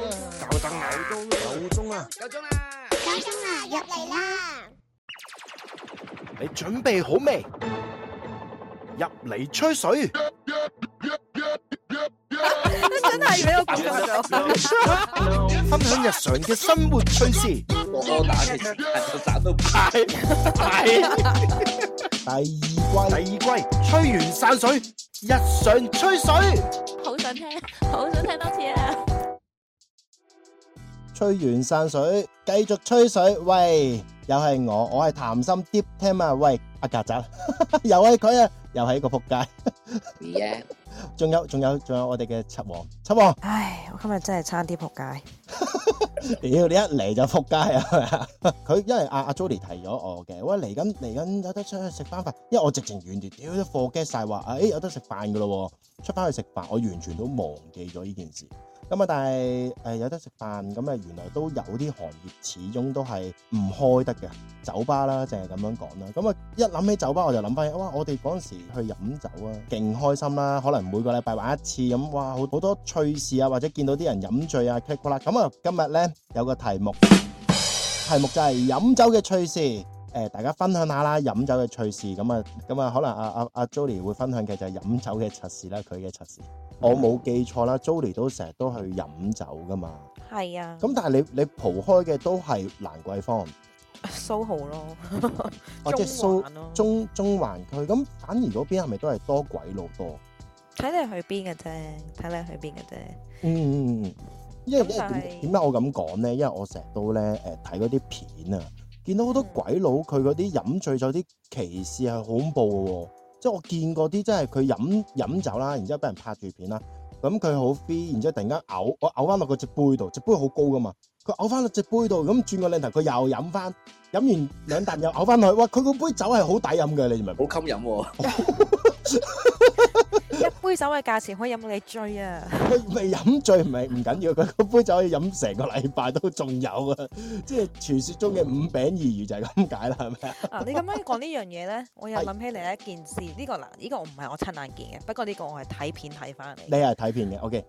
燈啊！夠鐘啊！夠鐘啦！夠鐘啦，入嚟啦！你準備好未？入嚟吹水。真係俾我估中咗。分享日常嘅生活趣事。我都打嘅，就打到派第二季，第二季吹完散水，日常吹水。好想聽，好想聽多次啊！吹完散水，繼續吹水。喂，又係我，我係談心 deep 聽啊。喂，阿曱甴， 又係佢啊，又係一個仆街。 嘅。仲有仲有仲有我哋嘅七王，七王，唉，我今日真係差啲仆街。屌你一嚟就仆街啊！係咪啊佢因為阿阿 Jolie 提咗我嘅，喂嚟緊嚟緊有得出去食翻飯，因為我直情完全屌都貨 get 晒話，誒、哎、有得食飯噶咯喎，出翻去食飯，我完全都忘記咗呢件事。咁啊，但係誒、呃有得食飯，咁啊原來都有啲行業始終都係唔開得嘅，酒吧啦，淨係咁樣講啦。咁啊一諗起酒吧我就諗翻起，哇！我哋嗰陣時去飲酒啊，勁開心啦，可能每個禮拜玩一次咁，哇！好好多趣事啊，或者見到啲人飲醉啊 click 啦。咁啊，今日呢，有個題目，題目就係飲酒嘅趣事。誒、大家分享下啦，飲酒嘅趣事咁啊，咁啊，可能阿阿阿 Jolie 會分享嘅就係飲酒嘅測試啦，佢嘅測試。嗯我冇記錯啦，Jolie 都成日都去飲酒噶嘛。係啊，咁但係你你蒲開嘅都係蘭桂坊，蘇豪咯，或者中蘇環啊咯，中中環區，咁反而嗰邊係咪都係多鬼佬多？睇你去邊嘅啫，睇你去邊嘅啫。嗯，嗯嗯因為因為咁但點係點解我咁講咧？因為我成日都咧誒睇嗰啲片啊，見到好多嗯鬼佬佢嗰啲飲醉酒啲歧視係好恐怖嘅喎、即係我見過啲真係佢飲飲酒啦，然之後俾人拍住片啦，咁佢好 free，然之後突然間嘔，我嘔翻落個隻杯度，隻杯好高噶嘛，佢嘔翻落隻杯度，咁轉個靚頭佢又飲翻，飲完兩啖又嘔翻落去，哇！佢個杯酒係好抵飲嘅，你明唔明？好襟飲喎，一杯酒嘅價錢可以飲到你醉 啊！佢未飲醉唔係唔緊要，佢嗰杯酒可以飲成個禮拜都仲有啊！ 即係傳説中嘅五餅二魚就係咁解啦，係咪啊？啊，你咁樣講呢樣嘢咧，我又係諗起另一件事。呢、個嗱，呢、個我唔係我親眼見嘅，不過呢個我係睇片睇翻你嚟。係睇片嘅，OK，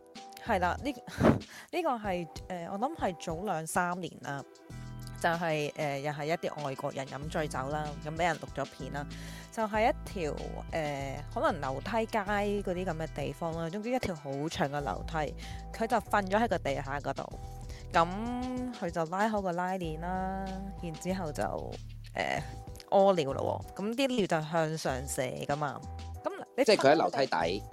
係啦，呢 呢個係誒、呃我諗係早兩三年啦，就係、呃又係一啲外國人飲醉酒啦，咁俾人錄咗片啦，就係、一條誒、呃可能樓梯街嗰啲咁嘅地方啦，總之一條好長嘅樓梯，佢就瞓咗喺個地下嗰度，咁佢就拉好個拉鏈啦，然之後就誒屙尿咯喎，咁啲尿就向上射噶嘛，咁你即係佢喺瞓樓地梯底。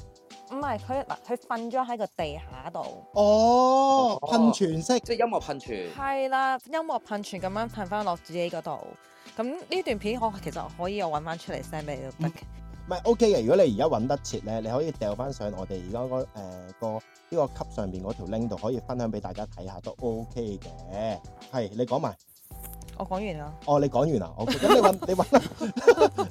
唔係佢嗱，佢瞓咗喺個地下度，哦哦，噴泉式，即係音樂噴泉，係啦，音樂噴泉咁樣噴翻落自己嗰度。咁呢段片我其實可以我揾翻出嚟 send 俾你都得嘅。唔係 OK 嘅。如果你而家揾得切咧，你可以掉翻上我哋而家個誒個呢個級上邊嗰條 link 度，可以分享俾大家睇下都 OK 嘅。係你講埋，我講完啦，哦，你講完啦，OK。咁你揾 你揾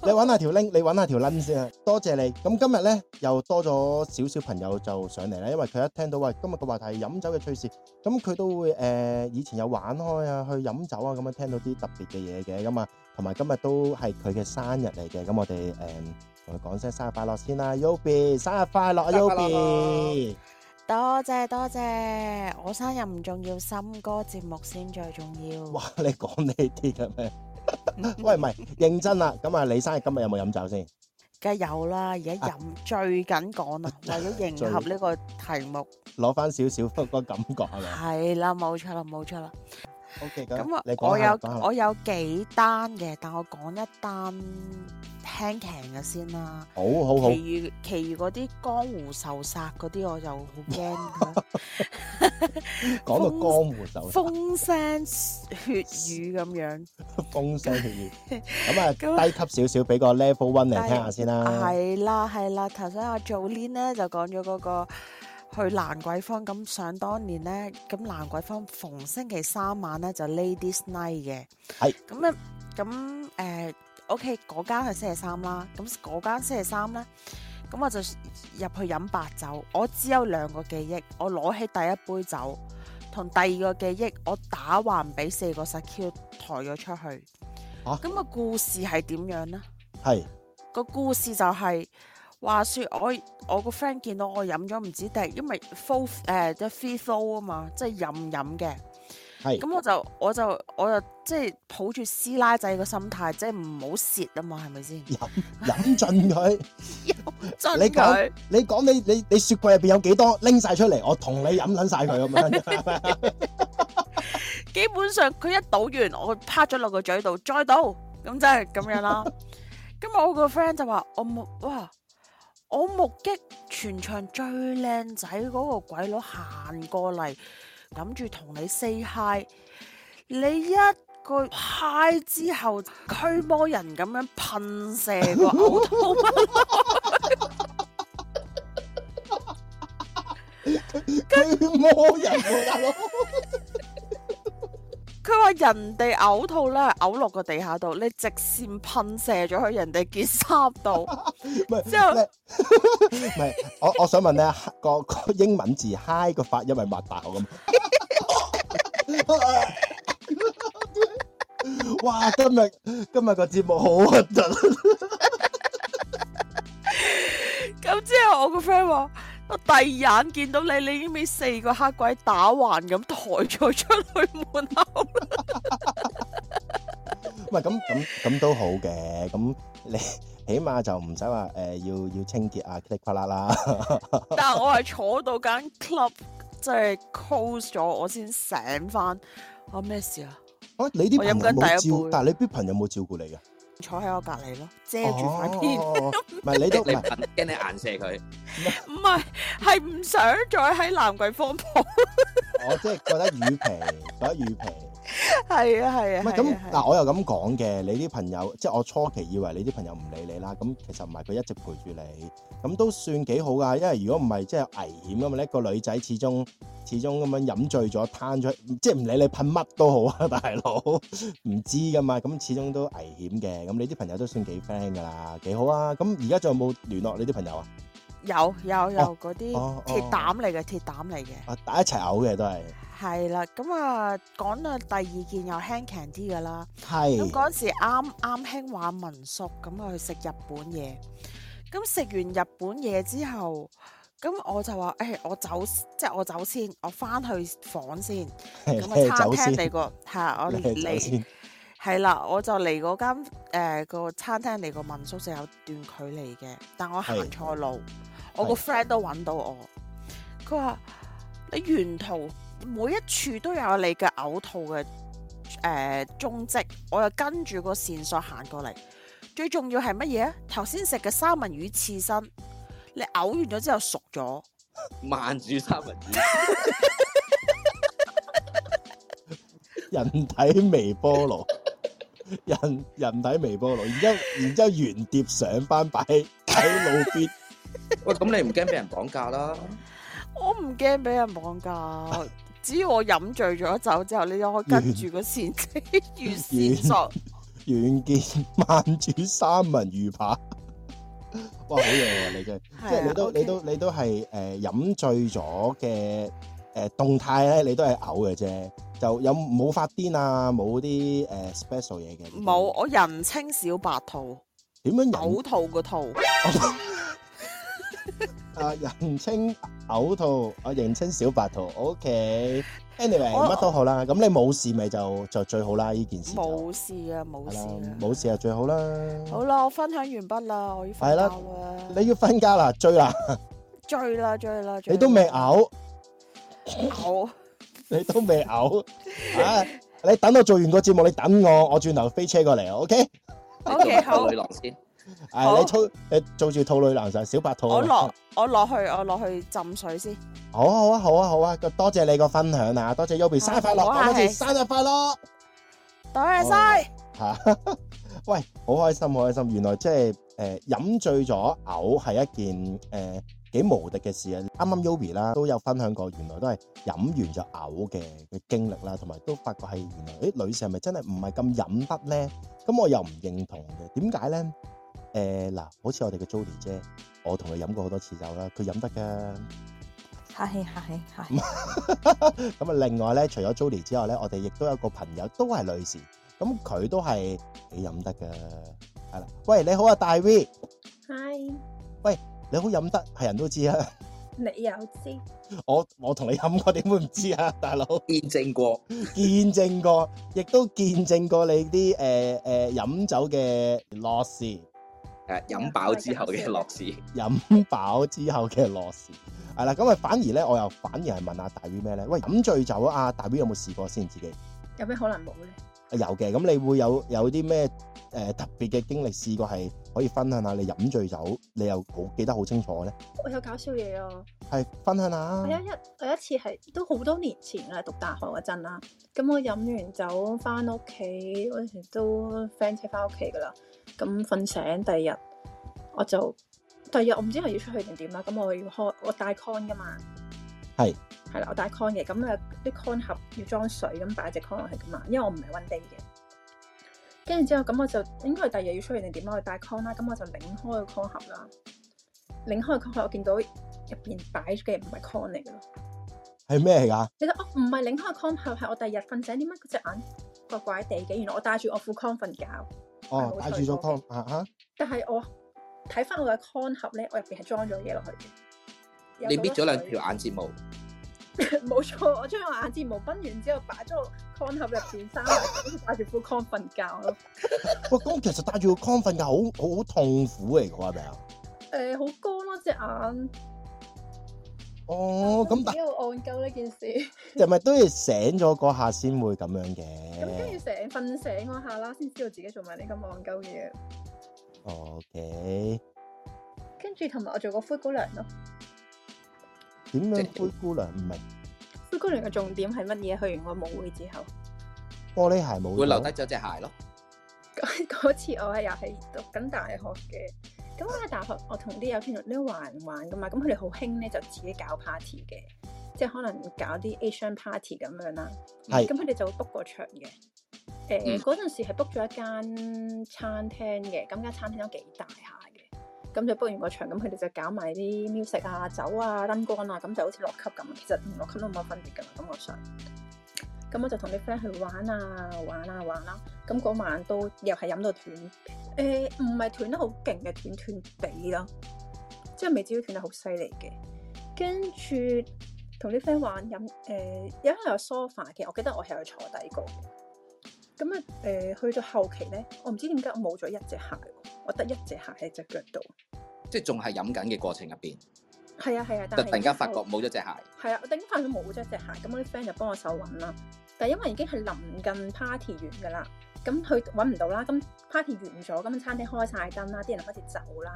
你揾下條 link，你揾下條 link 先啊。多謝你。咁今日咧又多咗少少朋友就上嚟啦，因為佢一聽到喂今日個話題係飲酒嘅趣事，咁佢都會誒、呃以前有玩開啊，去飲酒啊，咁樣聽到啲特別嘅嘢嘅咁啊，同埋今日都係佢嘅生日嚟嘅，咁我哋誒同佢講聲生日快樂先啦，Yobi 生日快樂啊生日快樂，Yobi。多謝多謝，我生日唔重要，森哥節目先最重要。哇！你講呢啲嘅咩？ 喂，唔係認真啦，咁啊，你生日今日有冇飲酒先？梗係有啦，而家飲醉緊 講啊，為咗迎合呢個題目，攞翻少少嗰個感覺係咪？係啦，冇錯啦，冇錯啦。 OK，咁咁啊你，講我下有講下我有幾單嘅，但我講一單輕騎嘅先啦。好好好，其餘其餘嗰啲江湖仇殺嗰啲，我就好 驚㗎。講到江湖手風聲血語咁樣，風聲血雨，咁啊 咁啊低級少少，俾個 level one 嚟聽下先啦。係啦係啦。頭先阿 Jolin 咧就講咗嗰個去蘭桂坊，咁想當年咧，咁蘭桂坊逢星期三晚咧就 Ladies Night 嘅。係咁咧，咁誒，OK，嗰間係星期三啦。咁嗰間星期三咧，咁我就入去飲白酒。我只有兩個記憶，我攞起第一杯酒。同第二個記憶，我打橫俾四個 secure 抬咗出去。啊咁個故事係點樣呢？係個故事就係、話説我我個 friend 見到我飲咗唔止滴，因為 full 誒、即係 free flow 啊嘛，即係任飲嘅。係咁我就我就我就即係抱住師奶仔個心態，即係唔好蝕啊嘛，係 咪先？飲盡佢。真你佢講你講你你你雪櫃入邊有幾多拎晒出嚟，我同你飲撚晒佢咁 樣。基本上佢一倒完，我趴咗落個嘴度，再倒，咁即係咁樣啦。咁我個 friend 就話：我目哇，我目擊全場最靚仔嗰個鬼佬行過嚟，諗住同你 say hi，你一句 hi 之後，驅魔人咁樣噴射個嘔吐物佢魔人喎，大佬。佢話人哋嘔吐咧，嘔落個地下度，你直線噴射咗去人哋件衫度，唔係之後咩唔 係，我我想問咧，個個英文字 hi 個發音係擘大口 咁。哇！今日今日個節目好核突，咁之後我個 friend 話：我第二眼見到你，你已經俾四個黑鬼打橫咁抬咗出去門口。唔係咁咁咁都好嘅，咁你起碼就唔使話誒要要清潔啊，噼里啪啦啦。但係我係坐到間 club 即係 close 咗，我先醒翻。我咩事啊？啊，你啲我朋飲友緊第一冇照，杯但係你啲朋友冇照顧你嘅。坐喺我隔離咯，遮住塊面。哦，唔係你都唔你係。噴驚你顏射佢，唔係，係唔想再喺蘭桂坊蒲。我即係覺得魚皮，覺得魚皮。係啊係啊，唔係係啊咁嗱，我又咁講嘅，你啲朋友即係我初期以為你啲朋友唔理你啦，咁其實唔係，佢一直陪住你，咁都算幾好㗎。因為如果唔係，即係危險啊㗎嘛。呢個女仔始終始終咁樣飲醉咗，攤咗，即係唔理你噴乜都好啊，大佬唔知㗎嘛。咁始終都危險嘅。咁你啲朋友都算幾 friend 㗎啦，幾好啊。咁而家仲有冇聯絡你啲朋友啊？有有有嗰哦啲哦鐵膽嚟嘅，鐵膽嚟嘅，啊，大家一齊嘔嘅都係，係啦。咁啊，講到第二件又輕強啲噶啦。咁係嗰陣時啱啱興玩民宿，咁啊去食日本嘢。咁食完日本嘢之後，咁我就話：，誒、我走，即係我走先，我翻去房先。咁啊，餐 走廳先，嚟個係我你走嚟。先。係啦，我就離嗰間誒個餐廳離個民宿就有段距離嘅，但我行係錯路，我個 friend 都揾到我。佢話：你沿途每一處都有你嘅嘔吐嘅誒蹤跡，我又跟住個線索行過嚟。最重要係乜嘢啊？頭先食嘅三文魚刺身，你嘔完咗之後熟咗。慢煮三文魚。人體微波爐，人人體微波爐，然之後然之後原碟上翻擺喺路邊，喂，咁你唔驚俾人綁架啦？我唔驚俾人綁架，只要我飲醉咗酒之後，你就可以跟住個線 跡如線索。軟件慢煮三文魚扒，哇！好嘢喎，你真係，啊即係你都你都你都係誒飲醉咗嘅誒動態咧，你都係嘔嘅啫，就有冇發癲啊，冇啲誒 special 嘢嘅，冇，我人稱小白兔，點樣飲嘔吐個兔， 啊，人稱嘔吐，我人稱小白兔。O K。Anyway，我乜都好啦。咁你冇事咪就就最好啦。呢件事就冇事啊，冇係事啦啊，，冇事就最好啦。好啦，我分享完畢啦，我要係啦瞓覺啦，你要瞓覺啦，追啦，醉啦醉啦，醉啦你都未嘔， 嘔，你都未嘔啊！你等我做完個節目，你等我，我轉頭飛車過嚟，O K？OK，你做好個女郎先，啊，好你操，你做住兔女男神小白兔啊。我落我落去我落去浸水先，好啊，好啊，好啊，好啊！多謝你個分享啊，多謝 Yobi 生日快樂，好啊講多次係生日快樂。多謝晒，吓，喂，好開心，好開心！原來即係誒飲醉咗嘔係一件誒、呃、幾無敵嘅事啊！啱啱 Yobi 啦都有分享過，原來都係飲完就嘔嘅嘅經歷啦，同埋都發覺係原來誒女士係咪真係唔係咁飲得咧？咁我又唔認同嘅，點解咧？誒、嗱，好似我哋嘅 Jody 姐，我同佢飲過好多次酒啦，佢飲得㗎。客氣客氣客 氣，咁啊，另外咧，除咗 Jody 之外咧，我哋亦都有個朋友都係女士，咁佢都係幾飲得㗎，係啦。喂，你好啊，大 V， Hi，你好飲得係人都知啊！ 你又知？我我同你飲過點會唔知啊， 大佬？見證過，見證過，亦都見證過你啲誒誒飲酒嘅樂事，誒飲飽之後嘅樂事，飲飽之後嘅樂事。係啦，咁啊反而咧，我又反而係問阿大 V 咩咧？喂，飲醉酒啊，大 V 有冇試過先自己？有咩可能冇咧？有嘅，咁你會有有啲咩誒特別嘅經歷試過係可以分享下？你飲醉酒，你又好記得好清楚咧？我有搞笑嘢啊！係分享我下啊有。一我有一次係都好多年前啦，讀大學嗰陣啦，咁我飲完酒翻屋企嗰陣時都 friend 車翻屋企噶啦，咁瞓醒第二日我就第二日我唔知係要出去定點啦，咁我要開我帶 con 噶嘛，係係啦，我帶 con 嘅，咁啊啲 con 盒要裝水，咁擺隻 con 落去噶嘛，因為我唔係 one day 嘅。跟住之後，咁我就應該係第二日要出去定點啦，我帶 con 啦，咁我就擰開個 con 盒啦，擰開個 con 盒，我見到入邊擺嘅唔係 con 嚟嘅咯。係咩嚟㗎？其實我哦唔係擰開個 con 盒，係我第二日瞓醒，點解嗰隻眼怪怪地嘅？原來我戴住我副 con 瞓覺，哦，係戴好住脆咗嗰湯啊嚇！但係我睇翻我嘅 con 盒咧，我入邊係裝咗嘢落去嘅。有你搣咗兩條啊水眼睫毛， 冇錯，我將我眼睫毛崩完之後，擺咗個 con 盒入邊，閂埋，戴住副 con 瞓覺咯。哇，咁其實戴住個 con 瞓覺好好好痛苦嚟㗎喎，係咪啊？誒、好乾咯隻眼。哦，咁但幾好戇鳩呢件事。哦係咪都要醒咗嗰下先會咁樣咁跟住嘅成瞓醒嗰下啦，先知道自己做埋啲咁戇鳩嘅嘢。 ？OK，跟住同埋我做過灰姑娘咯。點樣即灰姑娘唔明？灰姑娘嘅重點係乜嘢？去完個舞會之後， 玻璃鞋冇會留低咗咗隻鞋咯。嗰嗰次我係又係讀緊大學嘅。咁我喺大學，我同啲有圈同啲玩玩噶嘛。咁佢哋好興咧，就自己搞 party 嘅，即係可能搞啲 Asian party 咁樣啦。係咁佢哋就會 book 個場嘅。誒嗯嗰陣時係 book 咗一間餐廳嘅，咁間餐廳都幾大下嘅。咁就 book 完個場，咁佢哋就搞埋啲 music 啊、酒啊、燈光啊，咁就好似落級咁。其實同落級都冇乜分別㗎啦，感覺上。咁我就同啲 friend 去玩啊、玩啊、玩啦、咁嗰晚都又係飲到斷，誒唔係斷得好勁嘅，斷斷地啦，即係未至於斷得好犀利嘅。跟住同啲 friend 玩飲，誒、因為有 sofa 嘅，我記得我係有坐底過嘅。咁啊誒，去到後期咧，我唔知點解我冇咗一隻鞋喎，我得一隻鞋喺只腳度。即係仲係飲緊嘅過程入邊，係啊係啊，突但係然間發覺係冇咗隻鞋，係啊，我頂翻佢冇咗隻鞋，咁我啲 friend 就幫我手揾啦。但係因為已經係臨近 party 完㗎啦，咁佢揾唔到啦，咁 party 完咗，咁餐廳開晒燈啦，啲人開始走啦。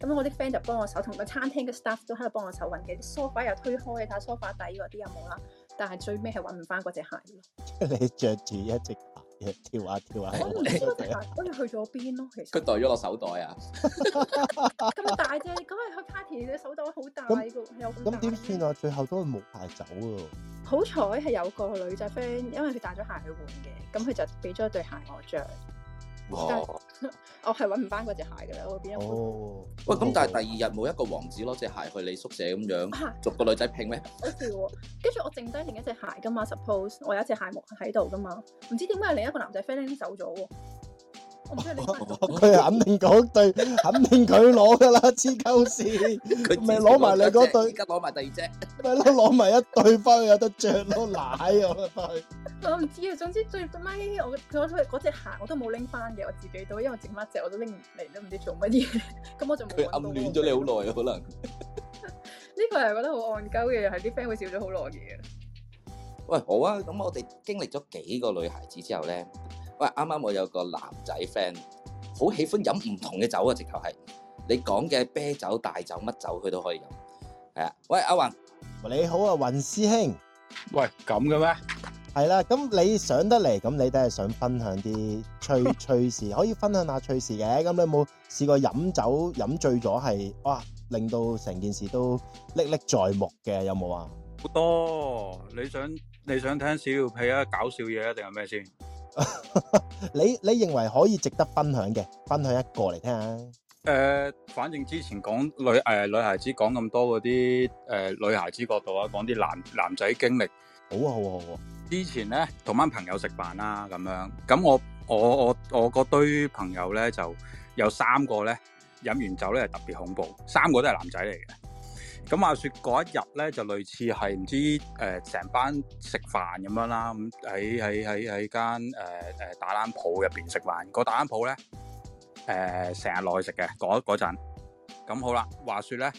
咁我啲 friend 就幫我手，同個餐廳嘅 staff 都喺度幫我手揾嘅，啲 sofa 又推開，睇下 sofa 底嗰啲有冇啦。但係最尾係揾唔翻嗰隻鞋咯。，你着住一隻鞋跳下跳下。我唔知嗰隻啊鞋嗰隻去咗邊咯，其佢實袋咗落手袋啊！咁大隻，咁係去 party 嘅手袋好大㗎，有咁大咁點算啊？啊？最後都冇鞋走喎。好彩係有個女仔 friend，因為佢帶咗鞋去換嘅，咁佢就俾咗對鞋我着。哦，我係揾唔翻嗰隻鞋㗎啦，我變咗灰。哦，喂，咁但係第二日冇一個王子攞隻鞋去你宿舍咁樣，啊逐個女仔拼咩？好笑喎！跟住我剩低另一隻鞋㗎嘛，suppose 我有一隻鞋冇喺度㗎嘛，唔知點解另一個男仔 friend 拎走咗喎。我唔知 你翻咗哦佢肯定嗰對，肯定佢攞噶啦，黐鳩線，佢咪攞埋你嗰對而家攞埋第二隻。咪咯攞埋一對翻去有得着咯，奶啊翻去。我唔知啊，總之最尾我佢嗰嗰隻鞋我都冇拎翻嘅，我自己都因為剩翻一隻我都拎唔嚟，都唔知做乜嘢， 咁我就冇佢揾到暗嗰個戀咗你好耐啊，可能。呢個係覺得好戇鳩嘅，又係啲 friend 會笑咗好耐嘅。喂，好啊，咁我哋經歷咗幾個女孩子之後咧，喂，啱啱我有個男仔 friend，好喜歡飲唔同嘅酒啊，直頭係你講嘅啤酒、大酒、乜酒佢都可以飲。係啊，喂，阿雲，你好啊，雲師兄，喂，咁嘅咩？ 係啦，咁你上得嚟，咁你都係想分享啲趣趣事，可以分享下趣事嘅。咁你有冇試過飲酒飲醉咗係哇，令到成件事都歷歷在目嘅，有冇啊？好多。你想你想聽小屁啊，搞笑嘢啊，定係咩先？你你認為可以值得分享嘅，分享一個嚟聽下。誒、反正之前講女誒、女孩子講咁多嗰啲誒女孩子角度啊，講啲男男仔經歷。好啊，好啊，好啊。之前咧同班朋友食飯啦，咁樣咁我我我我嗰堆朋友咧就有三個咧飲完酒咧係特別恐怖，三個都係男仔嚟嘅。咁話説嗰一日咧，就類似係唔知誒成、班食飯咁樣啦，咁喺喺喺喺間誒誒打冷鋪入邊食飯。個打冷鋪咧誒成日落去食嘅嗰嗰陣。咁好啦，話説咧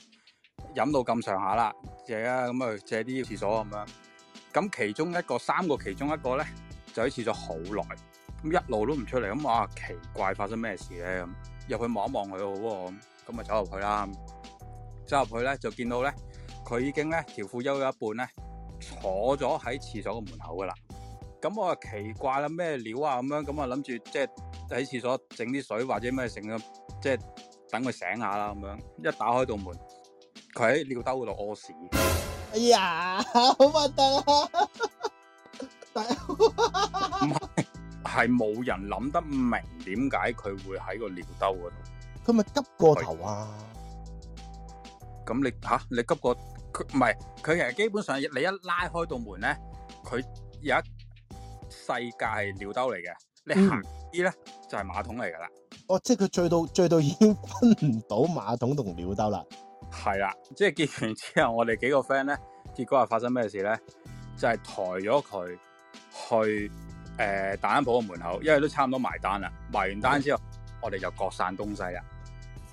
飲到咁上下啦，借啊咁啊借啲廁所咁樣。咁其中一個三個其中一個咧就喺廁所好耐，咁一路都唔出嚟，咁啊奇怪發生咩事咧咁。入去望一望佢好喎，咁咁咪走入去啦。走入去咧就見到咧，佢已經咧條褲休咗一半咧，坐咗喺廁所個門口噶啦。咁我話奇怪啦，咩料啊咁樣，咁啊諗住即係喺廁所整啲水或者咩成咁，即係等佢醒下啦咁樣。一打開道門，佢喺尿兜嗰度屙屎。哎呀，好核突啊！係冇人諗得明點解佢會喺個尿兜嗰度。佢咪急過頭啊！咁你吓、你急過佢唔係佢其實基本上你一拉開道門咧，佢有一世界係尿兜嚟嘅，你行啲咧就係、馬桶嚟㗎啦。哦，即係佢醉到醉到已經分唔到馬桶同尿兜啦。係啦，即係結完之後，我哋幾個 friend 咧，結果係發生咩事咧？就係、抬咗佢去誒、呃、蛋鋪嘅門口，因為都差唔多埋單啦。埋完單之後，我哋就各散東西啦。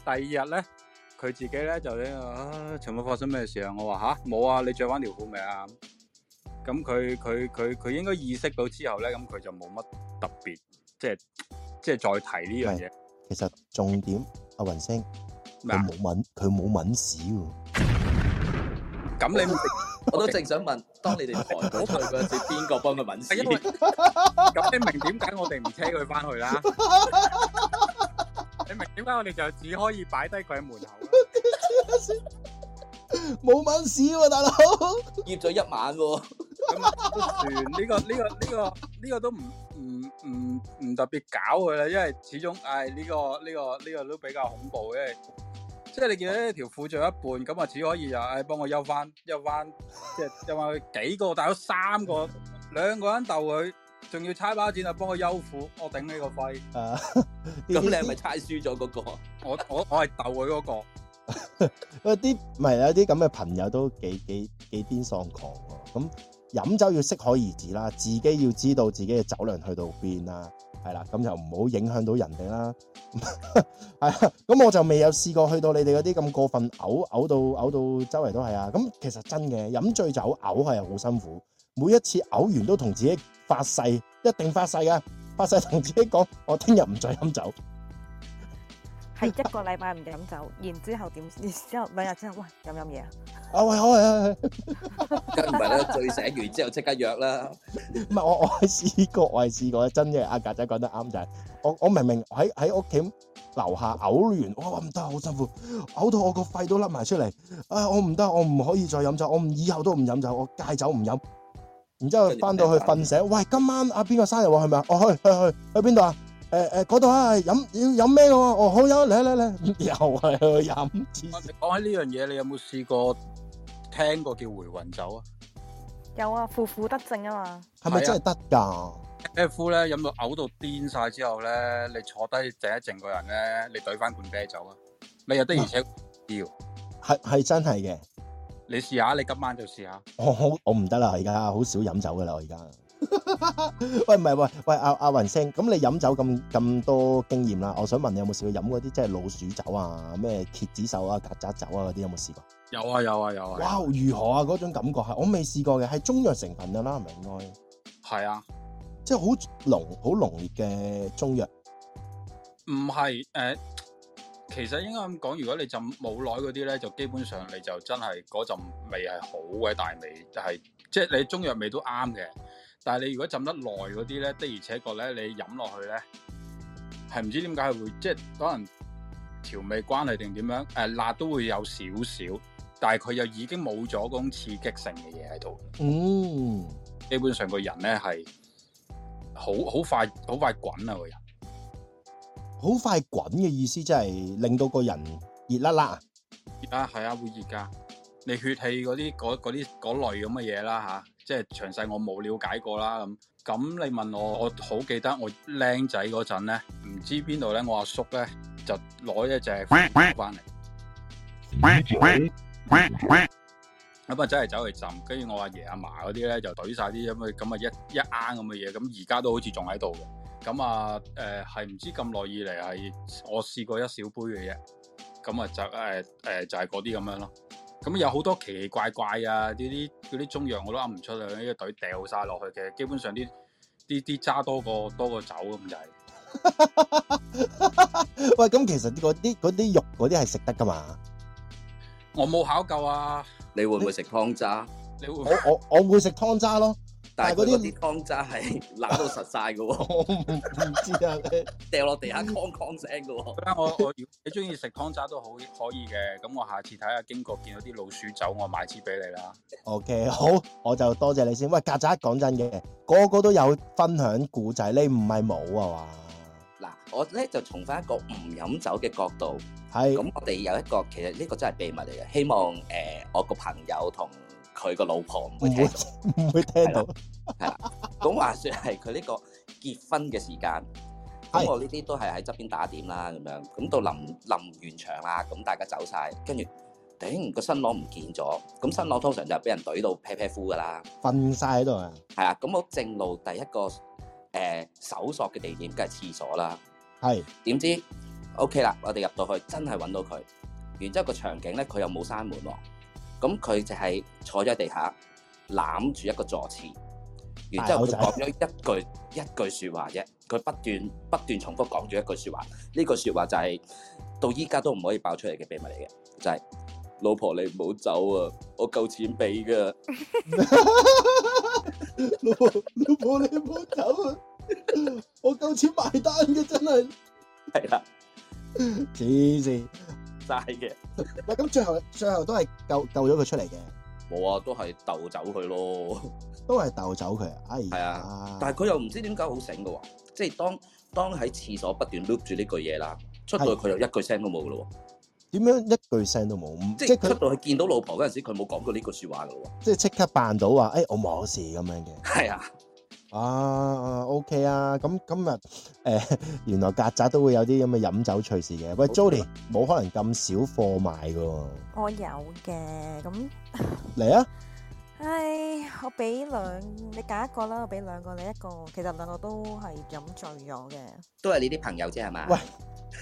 第二日咧，佢自己咧就呢啊，尋日發生咩事啊？我話吓冇啊，你着翻條褲未啊？咁佢佢佢佢應該意識到之後咧，咁佢就冇乜特別，即係即係再提呢樣嘢。其實重點，阿雲星咩啊佢冇揾佢冇揾屎喎。咁你我都正想問，當你哋抬佢出去嗰陣時，邊個幫佢揾係因為屎？咁你明點解我哋唔車佢翻去啦？你明點解我哋就只可以擺低佢喺門口啦？冇揾屎喎，大佬！ 醃咗一晚喎，咁啊都算呢個呢個呢個呢個都唔唔唔唔特別搞佢啦，因為始終唉呢個呢個呢個都比較恐怖，因為即係你見到呢條褲着一半，咁啊只可以就唉幫我休翻休翻，即係休翻佢幾個，大佬三個兩個人鬥佢，仲要猜包剪啊幫我休褲，我頂你個肺！誒，咁你係咪猜輸咗嗰個？我我我係鬥佢嗰個。有啲唔係有啲咁嘅朋友都幾幾幾癲喪狂喎。咁飲酒要適可而止啦，自己要知道自己嘅酒量去到邊啦，係啦，咁就唔好影響到人哋啦。 係啦，咁我就未有試過去到你哋嗰啲咁過分嘔嘔到嘔到周圍都係啊。咁其實真嘅，飲醉酒嘔係好辛苦，每一次嘔完都同自己發誓，一定發誓㗎，發誓同自己講，我聽日唔再飲酒。係一個禮拜唔飲酒，然之後 點？然之後兩日之後，喂飲唔飲嘢啊？啊喂，好啊！喂梗唔係啦，醉醒完之後即刻約啦。唔係我 我係試過，我係試過，真嘅。阿格仔講得啱就係、我我明明喺喺屋企樓下嘔完，我話唔得，好辛苦，嘔到我個肺都甩埋出嚟。啊，我唔得，我唔可以再飲酒，我唔以後都唔飲酒，我戒酒唔飲。然之後翻到去瞓醒，喂，今晚阿邊個生日喎？係咪啊？我去去去去邊度啊？誒誒嗰度啊，飲要飲咩嘅喎？哦，好飲，嚟嚟嚟，又係去飲。黐我線講起呢樣嘢，你有冇試過聽過叫回魂酒啊？有啊，負負得正啊嘛。係咪真係得㗎？啤夫咧飲到嘔到癲晒之後咧，你坐低靜一靜個人咧，你懟翻罐啤酒啊！你又的而且要，係係真係嘅。你試下，你今晚就試下。我好我唔得啦，而家好少飲酒噶啦，我而家。 喂，唔係喂喂，阿阿雲星，咁你飲酒咁咁多經驗啦，我想問你有冇試過飲嗰啲即係老鼠酒啊、咩蝎子酒啊、曱甴酒啊嗰啲有冇試過？有啊有啊有啊！哇，如何啊？嗰種感覺係我未試過嘅，係中藥成分噶啦，係咪應該？係啊，即係好濃、好濃烈嘅中藥。唔係誒，呃其實應該咁講，如果你浸冇耐嗰啲咧，就基本上你就真係嗰陣味係好鬼大味，就係即係你中藥味都啱嘅。但係你如果浸得耐嗰啲咧，的而且確咧，你飲落去咧係唔知點解會即係可能調味關係定點樣誒、辣都會有少少，但係佢又已經冇咗嗰種刺激性嘅嘢喺度。嗯，基本上個人咧係好好快好快滾啊個人。好快滾嘅意思，即係令到個人熱辣 辣啊。熱啊，係啊，會熱噶。你血氣嗰啲嗰嗰啲嗰類咁嘅嘢啦即係詳細我冇了解過啦咁。咁你問我，我好記得我僆仔嗰陣咧，唔知邊度咧，我阿叔咧就攞一隻翻嚟。咁啊，真係走去浸，跟住我阿爺阿嫲嗰啲咧就懟晒啲咁嘅咁啊一一罌咁嘅嘢，咁而家都好似仲喺度嘅。咁啊，誒係唔知咁耐以嚟係我試過一小杯嘅啫。咁啊就誒誒、誒就係嗰啲咁樣咯。咁有好多奇奇怪怪啊！呢啲嗰啲中藥我都噏唔出嚟，呢一隊掉晒落去嘅，基本上啲啲啲渣多過多過酒咁就係、喂，咁其實嗰啲嗰啲肉嗰啲係食得噶嘛？我冇考究啊，你會唔會食湯渣？你會我我我會食湯渣咯，但係但佢係嗰嗰啲啲湯渣係揦到實晒嘅喎，我唔唔知啊。掉落地下哐哐聲嘅喎。啦，我 我如果你中意食湯渣都好可以嘅，咁我下次睇下經過見到啲老鼠走，我買支俾你啦。 OK，好，我就多謝你先。喂，曱甴講真嘅，個個都有分享故仔，你唔係冇啊嗱，我咧就從翻一個唔飲酒嘅角度，嘛？係咁我哋有一個其實呢個真係秘密嚟嘅，希望誒、我個朋友同佢個老婆唔會聽到。唔會聽到。咁話説係佢呢個結婚嘅時間，係咁我呢啲都係喺側邊打點啦，咁樣咁到臨臨完場啦，咁大家走晒，跟住頂個新郎唔見咗，咁新郎通常就俾人懟到啤啤呼噶啦，瞓晒喺度啊！係啊，咁我正路第一個誒、搜索嘅地點梗係廁所啦，係點知 OK 啦，我哋入到去真係揾到佢，然之後個場景咧佢又冇閂門喎，咁佢就係坐咗喺地下攬住一個坐廁，然之後佢大口講咗一句一句説話啫，佢不斷不斷重複講咗一句説話，呢句説話就係、到依家都唔可以爆出嚟嘅秘密嚟嘅，就係、老婆你唔好走啊，我夠錢俾㗎。老婆，老婆你唔好走啊！我夠錢埋單嘅真係係啦，黐線。嘥嘅，喂，咁最後最後都係救救咗佢出嚟嘅，冇啊，都係鬥走佢咯。都係鬥走佢。哎係呀， 但係佢又唔知點解好醒嘅喎，即係當當喺廁所不斷 loop 住呢句嘢啦，出到去佢又一句聲都冇嘅咯點樣一句聲都冇？喎，即即係係出佢到去見到老婆嗰陣時，佢冇講過呢句説話嘅咯即係即刻扮到話，哎誒我冇事咁樣嘅。喎，係啊，啊，OK 啊，咁今日誒 原來曱甴都會有啲咁嘅飲酒趣事嘅。喂，Jolie 冇可能咁少貨賣嘅喎，我有嘅，咁嚟啊！唉，我俾兩，你揀一個啦，我俾兩個你一個，其實兩個都係飲醉咗嘅。都係你啲朋友啫係嘛？喂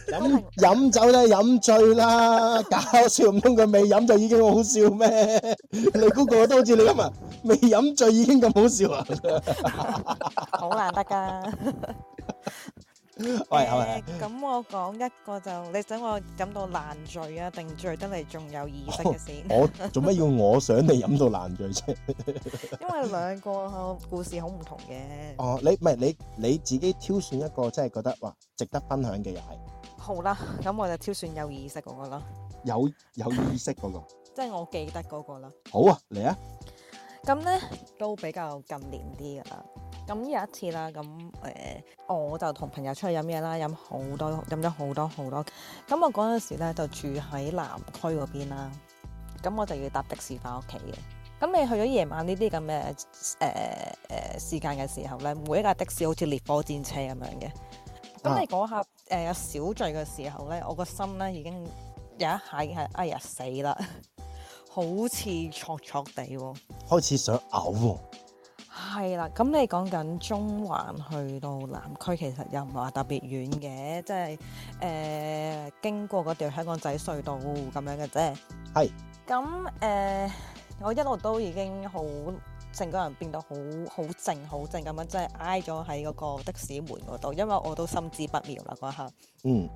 飲飲酒咧飲醉 啦，搞笑唔通佢未飲就已經好笑咩？ 你估個個都好似你咁啊，未飲醉已經咁好笑啊？好難得噶。 喂，啊誒係咁我講一個就，你想我飲到爛醉啊，定醉得嚟仲有意識嘅先？我做乜要我想你飲到爛醉啫？因為兩個故事好唔同嘅。 哦，你唔係你你自己挑選一個，真係覺得哇值得分享嘅又係好啦，咁我就挑選有意識嗰個啦，有有意識嗰、個。即係我記得嗰個啦。好啊，嚟啊！咁咧都比較近年啲噶啦。咁有一次啦，咁誒、呃我就同朋友出去飲嘢啦，飲好多，飲咗好多好多。咁我嗰陣時咧就住喺南區嗰邊啦，咁我就要搭的士翻屋企嘅。咁你去咗夜晚呢啲咁嘅誒誒時間嘅時候咧，每一架的士好似烈火戰車咁樣嘅。啊咁你嗰下誒有小醉嘅時候咧，我個心咧已經有一下已經係哎呀死啦， 好似戳戳地喎。開始想嘔喎，係啦，咁你講緊中環去到南區，其實又唔係話特別遠嘅，即係誒、呃、經過嗰條香港仔隧道咁樣嘅啫。係。咁誒、呃我一路都已經好成個人變到好好靜好靜咁樣，即係挨咗喺嗰個的士門嗰度，因為我都心知不妙啦嗰一刻。嗯，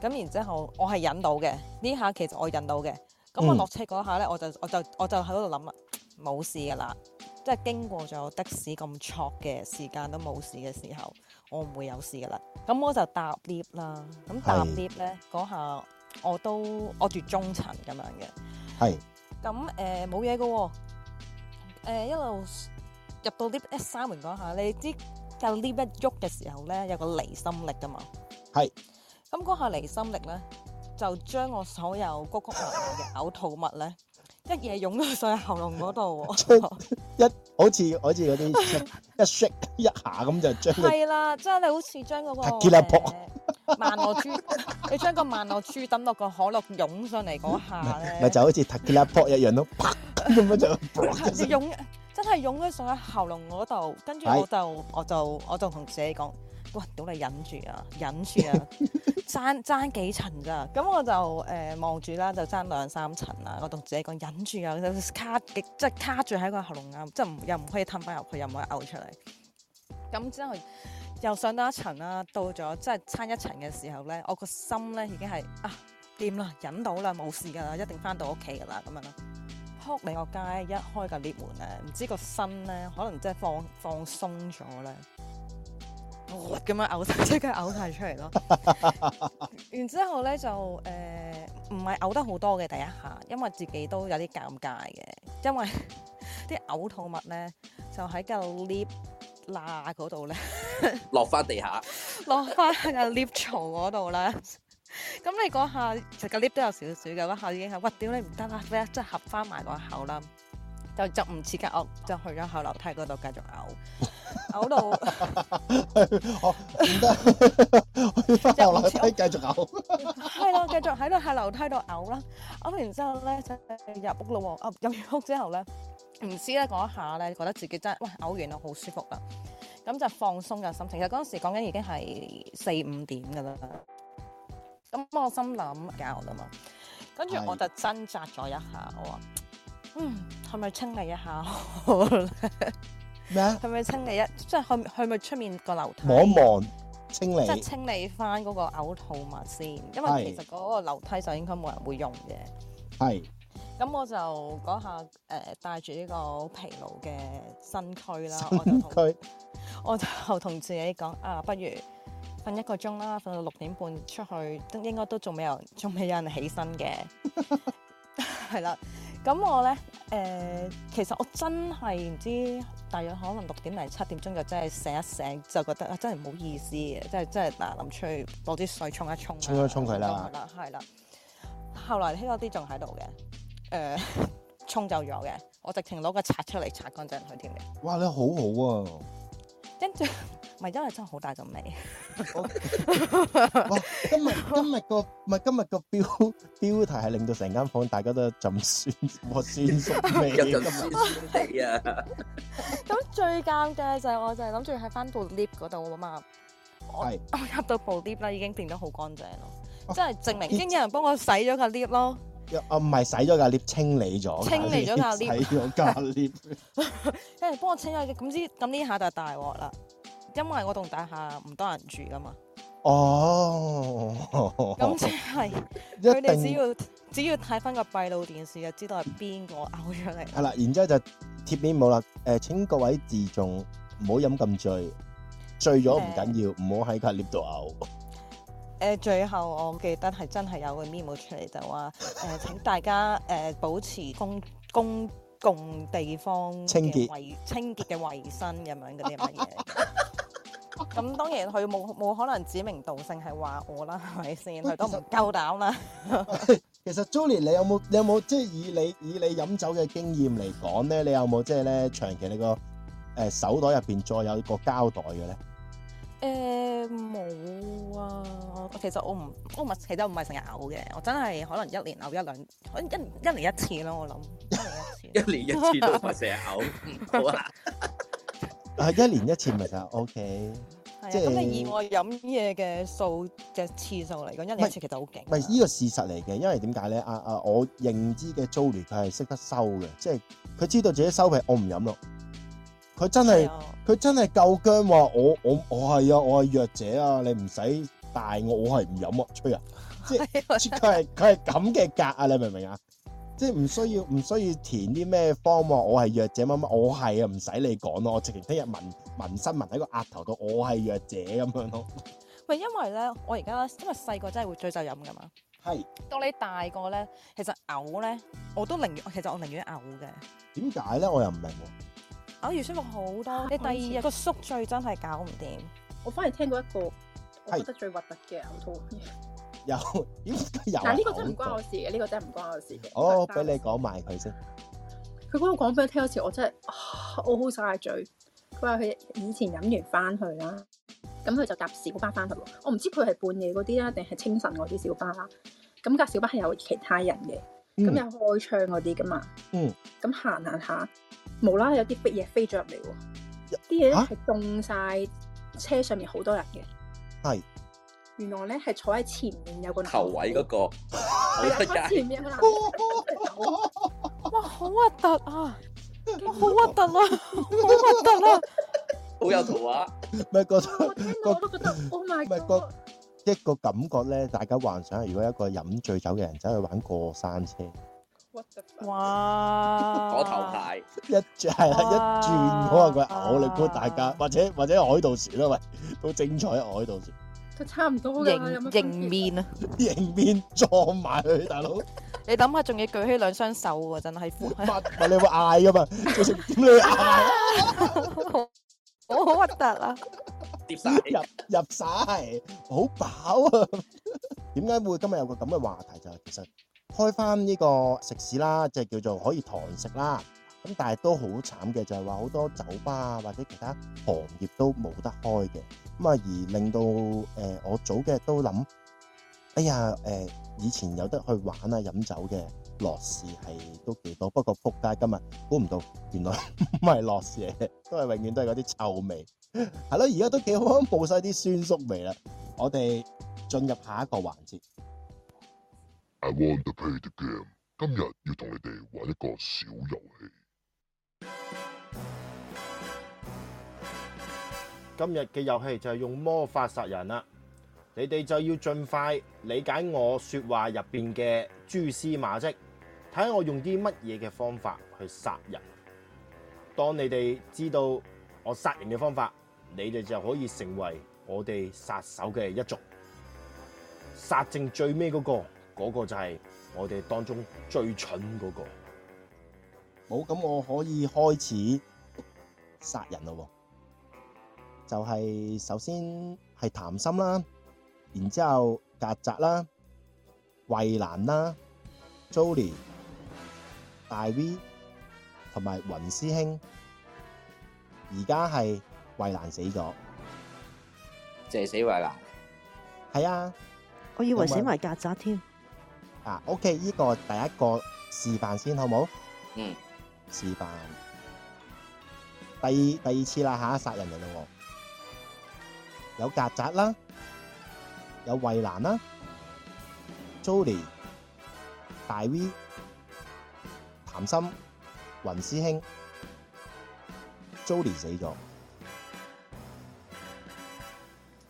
咁然之後我係忍到嘅，呢下其實我忍到嘅。咁我嗯落車嗰下咧，我就我就我就喺度諗啊，冇事噶啦，即係經過咗的士咁挫嘅時間都冇事嘅時候，我唔會有事噶啦。咁我就搭 lift 啦，咁搭係 lift 咧嗰下我都我住中層咁樣嘅。係咁誒冇嘢嘅喎，呃誒一路入到 lift 一閂門嗰下，你知架 lift 一喐嘅時候咧，有個離心力噶嘛。係。咁嗰下離心力咧，就將我所有谷谷埋埋嘅嘔吐物咧，一夜湧到上喉嚨嗰 度喎。一好似好 似嗰啲一 shake 一下咁就將佢係啦，即係你好似將嗰個塔吉拉卜誒萬樂珠， 你將個萬樂珠抌落個可樂湧上嚟嗰下咧，咪就好似 t a k i l a pop 一樣咯，啪咁樣 就係 湧，真係湧咗上去喉嚨嗰度，跟住係我就我就我就同自己講：，哇，到你忍住啊，忍住啊，爭爭幾層咋？咁我就誒望住啦，就爭兩三層啦。我同自己講忍住啊，就卡極即係卡住喺個喉嚨眼，即係唔又唔可以吞翻入去，又唔可以嘔出嚟。咁之後又上到一層啦，到咗即係差一層嘅時候咧，我個心咧已經係啊掂啦，忍到啦，冇事噶啦，一定翻到屋企噶啦咁樣啦。撲你個街，一開個 lift 門咧，唔知個身咧，可能真係放放鬆咗咧，哇咁樣嘔晒，即刻嘔晒出嚟咯。然之後咧就誒，呃唔係嘔得好多嘅第一下，因為自己都有啲尷尬嘅，因為 啲嘔吐物咧就喺個 lift 罅嗰度咧。落翻地 下，落翻去個 lift 槽嗰度啦。咁你嗰下其實個 lift 都有少少嘅，嗰下已經係，哇！屌你唔得啦，咩即係合翻埋個口啦，就就唔似隔我就去咗後樓梯嗰度繼續嘔，嘔到我唔得，去翻 後樓梯繼續嘔。係啦，繼續喺度喺樓梯度嘔啦，嘔完之後咧就入屋咯喎，啊入完屋之後咧，唔知咧嗰一下咧覺得自己真係喂嘔完啦，好舒服啦，啊咁就放鬆嘅心情。其實嗰陣時講緊已經係四五點噶啦，咁我心諗搞啦嘛，跟住係我就掙扎咗一下，我話嗯係咪清理一下 好咧？咩啊？係咪清理一即係去去咪出面個樓梯？望一望清即係理，清理翻嗰個嘔吐物先，因係為其實嗰個樓梯就應該冇人會用嘅。係咁我就嗰下誒、呃、帶住呢個疲勞嘅身軀啦，我就同佢我就同自己講啊，不如瞓一個鐘啦，瞓到六點半出去，都應該都仲未有仲未有人起身嘅， 係啦。咁我咧誒、呃其實我真係唔知，大約可能六點零七點鐘就真係醒一醒，就覺得啊真係唔好意思嘅，真係真係嗱諗出去攞啲水沖一沖啦，啊沖一沖佢啦沖啦，係啦。後來聽嗰啲仲喺度嘅，誒、 沖走咗嘅，我直情攞個刷出嚟刷乾淨佢添嘅。哇！你好好 跟住唔係因為真係好大陣味，啊！哇！今日今日個唔係今日個標標題係令到成間房大家都有浸酸我酸 熟味一陣咁啊！酸酸地 啊！ 咁最尷尬就係我就係諗住喺翻部 lift 嗰度啊嘛，我係我哦入到部 lift 啦已經變得好乾淨哦咯，即係證明已經有人幫我洗咗個 lift 咯，啊唔係洗咗架 lift，清理咗，清理咗架 lift 洗咗架 lift，跟住幫我清咗嘅，咁之咁呢下就大鑊啦，因為我棟大廈唔多人住噶嘛，哦，咁即係佢 一哋只定要只要睇翻個閉路電視就知道係邊個嘔出嚟係啦，然之後就貼面冇啦。誒、請各位自重，唔好飲咁醉，醉咗唔緊要，唔好喺架 lift 度嘔。誒、最後我記得係真係有個 memo 出嚟就話誒、請大家誒、保持公公共地方嘅清潔衞清潔嘅衞生咁樣嗰啲乜嘢嚟嘅。咁當然佢冇冇可能指名道姓係話我啦，係咪先？佢都唔夠膽啦。其實 Julie，你有冇你有冇即係以你以你飲酒嘅經驗嚟講咧，你有冇即係咧長期你個誒、手袋入邊再有個膠袋嘅咧？誒冇啊！我其實我唔我唔係其實我唔係成日嘔嘅，我真係可能一年嘔一兩，可能一一年一次咯，我諗一年一次。一年一次都唔係成日 嘔，好啊！啊，一年一次咪就 OK，係啊，即係咁你以我飲嘢嘅數嘅次數嚟講，一年一次其實好勁唔係啊。呢個事實嚟嘅，因為點解咧？啊啊，我認知嘅 Julie 佢係識得收嘅，即係佢知道自己收皮，我唔飲咯。佢 真係係。啊佢真係夠姜話我我我係啊，我係弱者啊，你唔使大我，我係唔飲啊， 吹啊！即係佢係佢係咁嘅格啊，你明唔明啊？即係唔需要唔需要填啲咩方喎，我係弱者乜乜，我係啊，唔使你講咯，我直情聽日紋紋身紋喺個額頭度，我係弱者咁樣咯， 唔係因為咧，我而家因為細個真係會醉酒飲噶嘛。係到你大個咧，其實嘔咧，我都寧願，其實我寧願嘔嘅，點解咧？我又唔明喎，嘔完舒服好 多。你第二日個宿醉真係搞唔掂。我反而聽過一個，我係覺得最核突嘅嘔吐又咦啊有但係呢個真係唔關口我事嘅，呢個真係唔關我事嘅。哦，俾你講埋佢先。佢嗰個講俾我聽嗰時，我真係啊 O 晒嘴。佢話佢以前飲完翻去啦，咁佢就搭小巴翻去喎。我唔知佢係半夜嗰啲啦，定係清晨嗰啲小巴啦。咁架小巴係有其他人嘅，咁有開窗嗰啲噶嘛。嗯。咁行行下，無啦啦有啲飛嘢飛咗入嚟喎，啲嘢嚇係中晒車上面好多人嘅。係。原來咧係坐喺前面有個男頭位嗰個，係啊，好坐喺得前意，面有個男人。哦哇，好核突 啊！哇，好核突啊！好核突啊！好有圖畫。咪個我聽到我都 覺得 Oh my 咪 God！一個感覺咧，大家幻想，如果一個飲醉酒嘅人走去玩過山車， What the fuck？哇，我頭牌，一係啦，一轉可能佢嘔你估大家，啊或者或者海盜船啦，啊喂，都精彩啊海盜船，佢差唔多㗎啦，有迎乜分別迎面啊！ 迎面撞埋佢，大佬，唔你諗下，仲要舉起兩雙手喎，真係係你會嗌噶嘛？ 做成點你會嗌？啊好核突啊！接晒。入入晒，好飽啊！ 點解會今日有個咁嘅話題就係、其實開翻呢個食肆啦，即係叫做可以堂食啦。咁但係都好慘嘅，就係話好多酒吧啊或者其他行業都冇得開嘅。咁啊，而令到誒、呃我早嘅都諗，哎呀誒、呃以前有得去玩啊飲酒嘅樂事係都幾多，不過仆街今日估唔到原來唔係樂事嚟嘅，都係永遠都係嗰啲臭味。係咯，而家都幾好 啊，報晒啲酸叔味啦。我哋進入下一個環節， I want to play the game。今日要同你哋玩一個小遊戲。今日嘅遊戲就係用魔法殺人啦。你哋就要盡快理解我説話入邊嘅蛛絲馬跡，睇下我用啲乜嘢嘅方法去殺人。當你哋知道我殺人嘅方法，你哋就可以成為我哋殺手嘅一族。殺剩最尾嗰、個，嗰、個就係我哋當中最蠢嗰、個。冇咁我可以開始殺人咯喎。就係、首先係談心啦，然之後曱甴啦、衛蘭啦、Jolie、大 V 同埋雲師兄。而家係衛蘭死咗，謝死位啦！係啊。我以為死埋曱甴添，啊，OK，呢個第一個示範先，好冇？嗯，示範。第二第二次啦吓，殺人嚟咯喎，有曱甴啦，有衛蘭啦，Jolie、大 V、譚心、雲師兄，Jolie 死咗。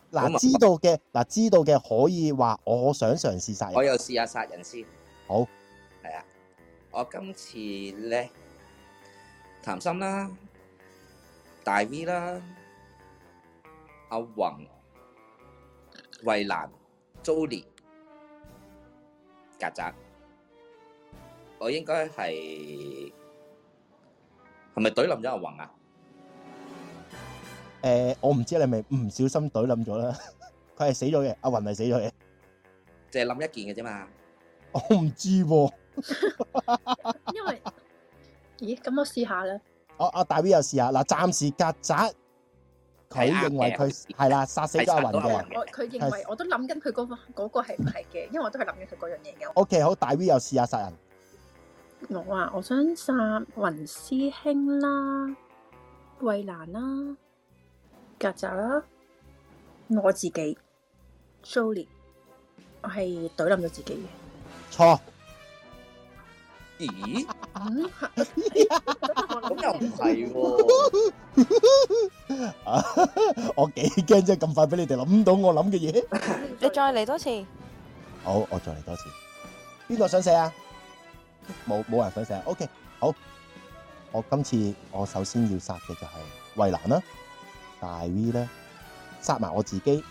咁啊嗱，知道嘅嗱，知道嘅可以話我想嘗試殺人我。又試下殺人先。好。係啊，我今次咧，譚心啦，大 V 啦，阿宏、衛蘭、Jolie、曱甴，我應該係係咪懟冧咗阿宏啊？诶、我唔知你係咪唔小心懟冧咗啦。 佢係死咗嘅，阿雲係死咗嘅。淨係冧一件嘅啫嘛。我唔知喎、因為 咦，咁我試下啦。我阿大 V 又試下嗱，暫時曱甴，係佢啱嘅認為佢係啦殺死咗阿雲係殺咗阿嘅雲。我佢認為我都諗緊佢嗰個嗰個係唔係嘅，因為我都係諗緊佢嗰樣嘢嘅。 O、k 好，大 V 又試下殺人。我啊，我想殺雲師兄啦、衛蘭啦、曱甴啦，我自己 Jolie，我係懟冧咗自己嘅。錯，咦？啊嗯， 咁咁又唔係喎，我幾驚啫，咁快俾你哋諗到我諗嘅嘢。你再嚟多次，好，我再嚟多次。邊個想寫啊？冇冇人想寫。O、k 好。我今次我首先要殺嘅就係衛蘭啦、大 V 啦，殺埋我自己，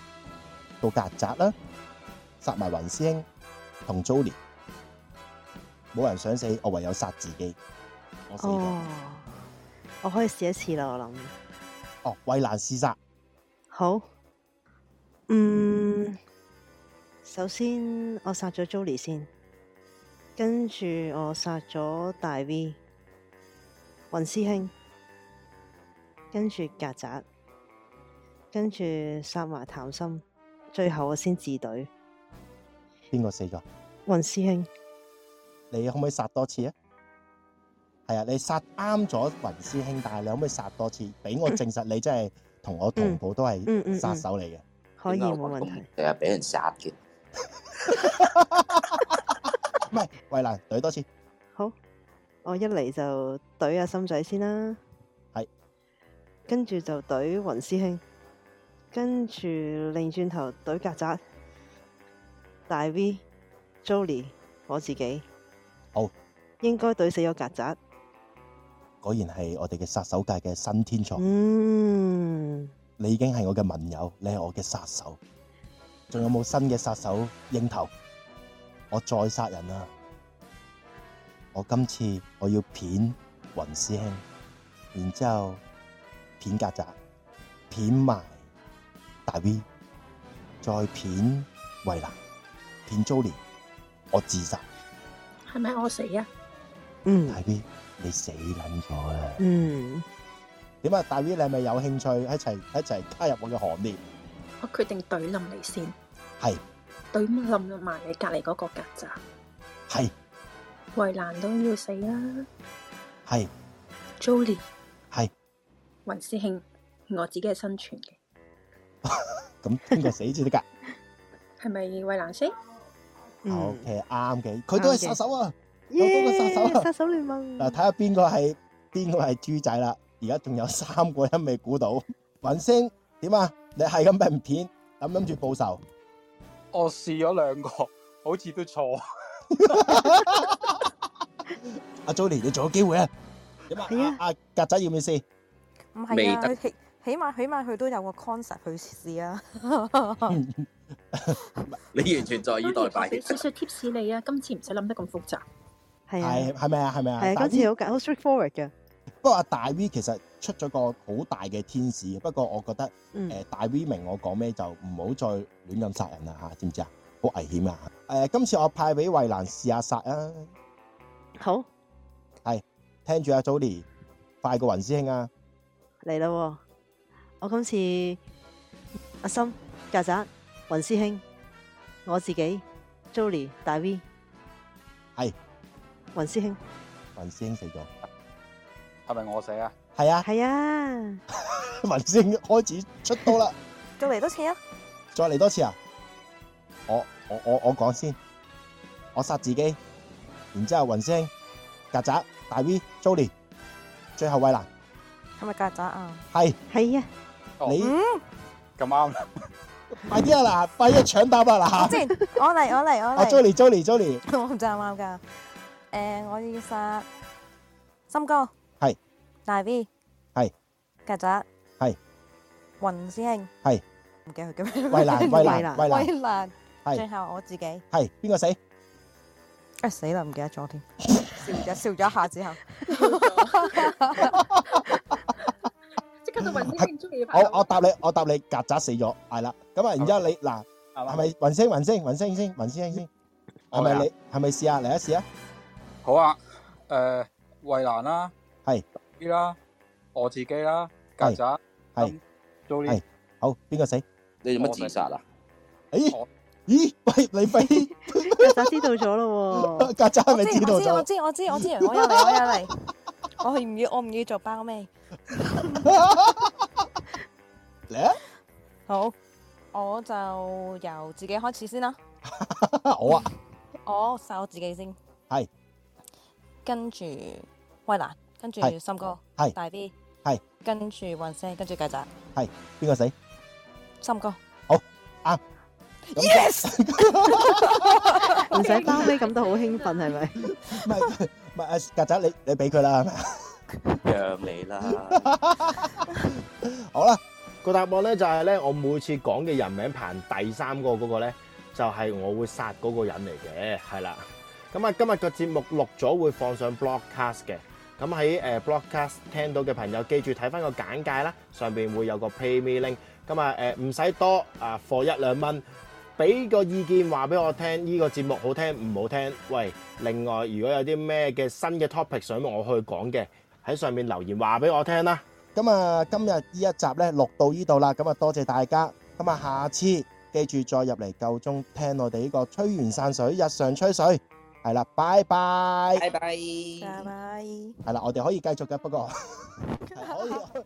到曱甴啦，殺埋雲師兄同 Jolie。冇人想死，我唯有殺自己。我死咗。哦，我可以試一次啦，我諗。哦，衛蘭試殺。好，嗯，首先我殺咗 Jolie 先，跟住我殺咗大 V、雲師兄，跟住曱甴，跟住殺埋談心，最後我先自隊。邊個四個？雲師兄，你可唔可以殺多次啊？係啊，你殺啱咗雲師兄，但係你可唔可以殺多次，俾我證實你真係同我同步都嗯嗯係嗯殺手嚟嘅？ 可以冇問題。成日俾人殺嘅。唔係，衛蘭懟多次。好，我一嚟就懟阿心仔先啦。係。跟住就懟雲師兄，跟住擰轉頭懟曱甴、大 V、Jolie，我自己。好。應該懟死咗曱甴。果然係我哋嘅殺手界嘅新天才。嗯，你已經係我嘅盟友，你係我嘅殺手。仲有冇新嘅殺手應頭？我再殺人啦！我今次我要片雲師兄，然之後片曱甴，片埋大 V，再片衛蘭，片 Jolie，我自殺。係咪我死啊？嗯，大 V 你死撚咗啦！嗯，點啊，大 V 你係咪有興趣一齊一齊加入我嘅行列？我決定懟冧你先，係懟冧埋你隔離嗰個曱甴，係衞蘭都要死啦係，Jolie 係，雲師兄，我自己係生存嘅，咁邊個死至得㗎？係咪衞蘭死？嗯 O K，啱嘅，佢都係殺手啊！耶！多個殺手啊殺手聯盟。嗱，睇下邊個係邊個係豬仔啦。而家仲有三個人未估到， 雲星點啊？你係咁俾人騙，諗諗住報仇，我試咗兩個，好似都錯。阿 Jolie 你仲有機會啊？點啊？阿阿曱甴要唔要先？唔未係啊，得佢起起碼起碼佢都有個 concept 去試啊。啊你完全坐以待我斃俾。少少 tips 你啊，今次唔使諗得咁複雜。係係係咪啊？係咪啊？係啊，今次好簡好 straightforward 嘅。不過阿大 V 其實出咗個好大嘅天使，不過我覺得誒、嗯呃大 V 明我講咩就唔好再亂咁殺人啦嚇，知唔知啊？好危險啊！誒、今次我派俾衛蘭試下殺啊！好，係聽住阿啊 Jolie 快過雲師兄啊！嚟啦喎！我今次阿心、曱甴、雲師兄，我自己、Jolie、大 V、係雲師兄，雲師兄死咗，係咪我死啊？係 啊，係啊，雲師兄開始出刀啦！再嚟多次啊！再嚟多次啊！我我我我講先，我殺自己，然之後雲師兄、曱甴、大 V、Jolie，最後衛蘭係咪曱甴啊？係係啊！你。哦咁啱啦，快啲啊！嗱，快啲搶答啊！我之前嗱，我嚟我嚟我阿嚟， Jolie Jolie Jolie 我唔知啱唔啱㗎。誒，我要殺森哥、係大 V、係曱甴、係雲師兄，係唔記得佢叫咩？衛蘭衛蘭衛蘭衛蘭，係最後我自己。係邊個死？啊死啦！唔記得咗添，笑咗笑咗一下之後，即刻就雲師兄中意拍我我答你，我答你，曱甴死咗，係啦。咁啊，然之後你嗱，係咪雲星雲星雲星先雲星先？係咪你係咪試下嚟一試啊？好啊。誒，衛蘭啦係，B 啦，我自己啦，曱係甴係 Jolie 係好，邊個死？你做乜自殺啊？咦咦，喂，你飛 曱甴知道咗 咯哦喎，曱甴係咪知知我道知我咗？知我知我知，我有嚟我有嚟，我唔要我唔要做包尾。嚟啊！ 好，我就由自己開始先啦。我啊，我哦殺我自己先，係跟住威蘭，跟住係森哥，係大 B，係跟住雲星，跟住曱甴，係邊個死？森哥。好啱。 Yes！唔使包尾咁都好興奮係咪？唔係唔係，阿啊曱甴你你俾佢啦，係咪 啊？讓你啦，好啦，個答案咧就係咧，我每次講嘅人名排第三個嗰個咧，就係我會殺嗰個人嚟嘅，係啦。咁啊，今日個節目錄咗會放上 broadcast 嘅。咁喺誒 broadcast 聽到嘅朋友，記住睇翻個簡介啦，上邊會有個 pay me link。咁啊誒唔使多啊，貨一兩蚊。俾個意見話俾我聽，呢、個節目好聽唔好聽？喂，另外如果有啲咩嘅新嘅 topic 想我去講嘅，喺上面留言話俾我聽啦。咁啊，今日呢一集咧錄到呢度啦，咁啊多謝大家，咁啊下次記住再入嚟夠鐘聽我哋呢個吹完散水日常吹水，係啦，拜拜，拜拜，拜拜。係啦，我哋可以繼續嘅，不過係可以。